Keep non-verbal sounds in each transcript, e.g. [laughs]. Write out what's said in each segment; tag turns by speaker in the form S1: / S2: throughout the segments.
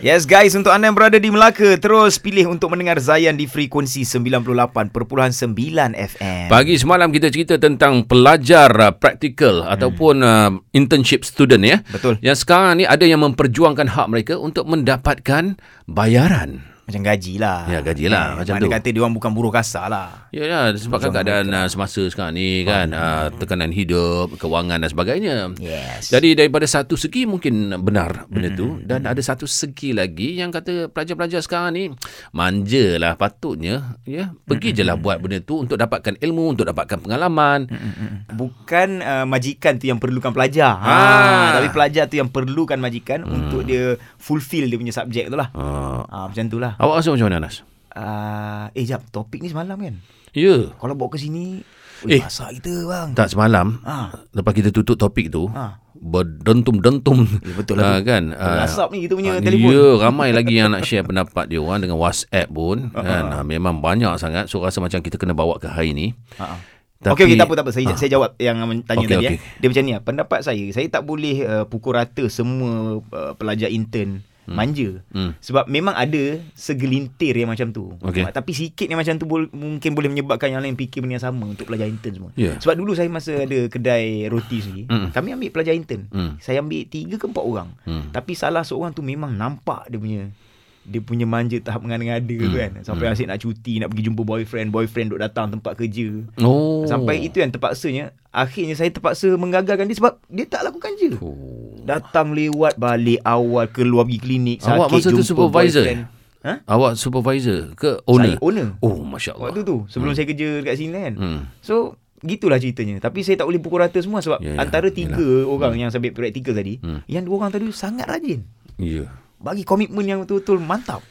S1: Yes guys, untuk anda yang berada di Melaka, terus pilih untuk mendengar Zayan di frekuensi 98.9 FM.
S2: Pagi semalam kita cerita tentang pelajar uh, praktikal hmm. ataupun uh, internship student ya.
S1: Betul.
S2: Yang sekarang ni ada yang memperjuangkan hak mereka untuk mendapatkan bayaran.
S1: Macam gaji lah.
S2: Ya, gaji lah, macam
S1: mana
S2: tu.
S1: kata diorang bukan buruh kasar lah.
S2: Ya, ya sebabkan keadaan uh, semasa sekarang ni kan uh, tekanan hidup, kewangan dan sebagainya.
S1: Yes. Hmm,
S2: Jadi daripada satu segi mungkin benar benda tu dan ada satu segi lagi yang kata pelajar-pelajar sekarang ni manjalah patutnya ya
S1: Hmm,
S2: pergi je lah buat benda tu untuk dapatkan ilmu, untuk dapatkan pengalaman.
S1: hmm, Bukan uh, majikan tu yang perlukan pelajar. Ha,
S2: Ah. Hmm.
S1: tapi pelajar tu yang perlukan majikan untuk dia fulfill dia punya subjek tu lah.
S2: Uh,
S1: Ah, macam tu lah.
S2: awak rasa macam mana Nas?
S1: Ah, eh, jap. Topik ni semalam kan?
S2: Ya.
S1: Kalau bawa ke sini,
S2: Eh.
S1: eh, masak kita bang.
S2: Tak semalam
S1: Ah.
S2: lepas kita tutup topik tu
S1: Ah.
S2: berdentum-dentum
S1: Ya, betul lah
S2: ah, kan ah,
S1: Asap ni kita punya
S2: ah,
S1: telefon.
S2: ya ramai lagi yang nak share pendapat dia orang dengan WhatsApp pun kan Ah, memang banyak sangat so rasa macam kita kena bawa ke hari ni
S1: Ha.
S2: Tapi-
S1: Okey okey tak apa tak apa saya
S2: Ah.
S1: saya jawab yang tanya
S2: Okey,
S1: tadi
S2: okey.
S1: eh. Dia macam ni lah. pendapat saya saya tak boleh uh, pukul rata semua uh, pelajar intern manja.
S2: Hmm.
S1: Sebab memang ada segelintir yang macam tu.
S2: Okey.
S1: Tapi sikit yang macam tu bol- mungkin boleh menyebabkan yang lain fikir benda yang sama untuk pelajar intern semua.
S2: Ya.
S1: Sebab dulu saya masa ada kedai roti sendiri,
S2: Mm.
S1: kami ambil pelajar intern.
S2: Hmm.
S1: Saya ambil tiga ke empat orang.
S2: Hmm.
S1: Tapi salah seorang tu memang nampak dia punya dia punya manja tahap mengada-ngada hmm. tu kan. Sampai asyik nak cuti, nak pergi jumpa boyfriend, boyfriend duk datang tempat kerja.
S2: oh
S1: Oh. Sampai itu yang terpaksanya akhirnya saya terpaksa menggagalkan dia sebab dia tak lakukan je.
S2: oh.
S1: Datang lewat balik awal keluar pergi klinik sakit
S2: Awak masa tu
S1: jumpa
S2: supervisor?
S1: boyfriend. Ha?
S2: awak supervisor ke owner
S1: Saya owner.
S2: oh masya-Allah
S1: Waktu tu sebelum hmm. saya kerja dekat sini kan. Hmm.
S2: hmm
S1: So gitulah ceritanya. Tapi saya tak boleh pukul rata semua sebab
S2: Ya,
S1: yeah,
S2: Yalah, Hmm.
S1: antara tiga orang yang saya ambil praktikal tadi, hmm. yang dua orang tadi sangat rajin.
S2: ya yeah.
S1: Bagi komitmen yang betul-betul mantap.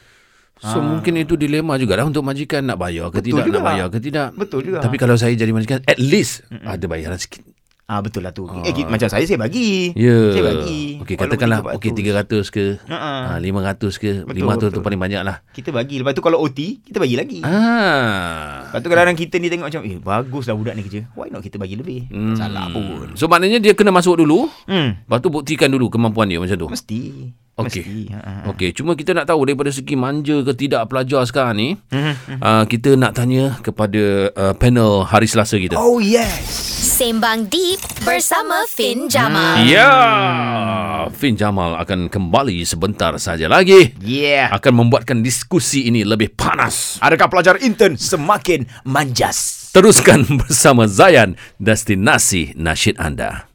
S2: So ha. mungkin itu dilema jugalah untuk majikan nak bayar
S1: Ah.
S2: ke
S1: Betul
S2: tidak nak
S1: juga.
S2: bayar ke tidak.
S1: Betul juga.
S2: Tapi kalau saya jadi majikan at least Mm-mm. ada bayaran sikit.
S1: Ah betul lah tu. Eh, gitu, macam saya saya bagi.
S2: Ya.
S1: Saya bagi.
S2: Okey katakanlah okey 300 ke
S1: Ha-ha.
S2: ha, 500 ke
S1: Betul,
S2: 500 tu
S1: betul.
S2: paling banyak lah.
S1: Kita bagi. Lepas tu kalau OT, kita bagi lagi.
S2: Ah.
S1: Lepas tu kadang-kadang kita ni tengok macam Eh bagus lah budak ni kerja Why not kita bagi lebih hmm. Salah pun
S2: So maknanya dia kena masuk dulu,
S1: hmm.
S2: lepas tu buktikan dulu kemampuan dia macam tu.
S1: Mesti
S2: Okey.
S1: Mesti ha, ha.
S2: Okey, cuma kita nak tahu daripada segi manja ke tidak pelajar sekarang ni,
S1: Mhm.
S2: uh, kita nak tanya kepada uh, panel hari Selasa kita.
S1: Oh yes
S3: Sembang Deep bersama Fin Jamal.
S2: Ya, Fin Jamal akan kembali sebentar saja lagi.
S1: Yeah
S2: akan membuatkan diskusi ini lebih panas.
S1: Adakah pelajar intern semakin manjas?
S2: [laughs] Teruskan bersama Zayan, destinasi nasyid anda.